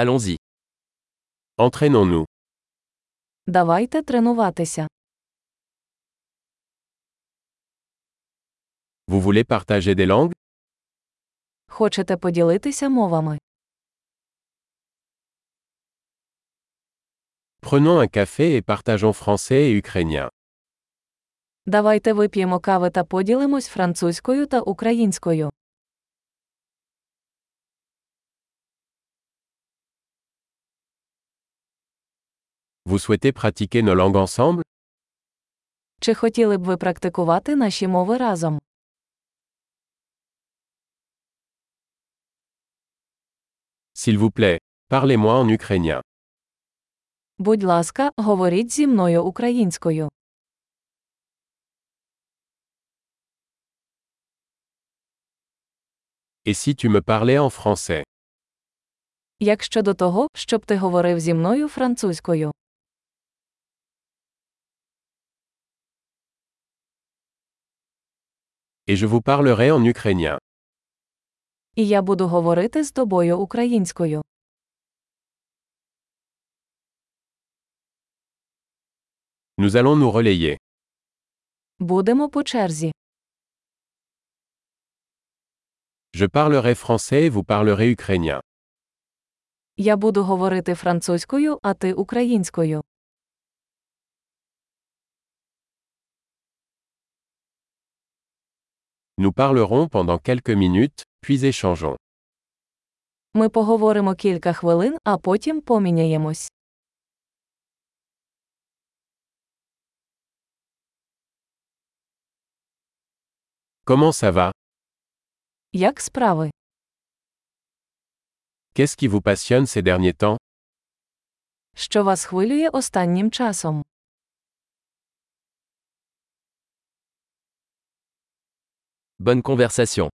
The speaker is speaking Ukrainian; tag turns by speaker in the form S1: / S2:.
S1: Allons-y. Entraînons-nous.
S2: Давайте тренуватися.
S1: Vous voulez partager des langues
S2: Хочете поділитися мовами?
S1: Prenons un café et partageons français et ukrainien.
S2: Давайте вип'ємо кави та поділимось французькою та українською.
S1: Vous souhaitez pratiquer nos langues ensemble
S2: Чи хотіли б ви практикувати наші мови разом?
S1: S'il vous plaît, parlez-moi en ukrainien.
S2: Будь ласка, говоріть зі мною українською.
S1: Et si tu me parlais en français
S2: Як щодо того, щоб ти говорив зі мною французькою.
S1: Et je vous parlerai en ukrainien.
S2: І я буду говорити з тобою українською.
S1: Nous allons nous relayer.
S2: Будемо по черзі.
S1: Je parlerai français et vous parlerez ukrainien.
S2: Я буду говорити французькою, а ти українською.
S1: Nous parlerons pendant quelques minutes, puis échangeons.
S2: Ми поговоримо кілька хвилин, а потім поміняємось.
S1: Comment ça va
S2: Як справи?
S1: Qu'est-ce qui vous passionne ces derniers temps
S2: Що вас хвилює останнім часом?
S3: Bonne conversation.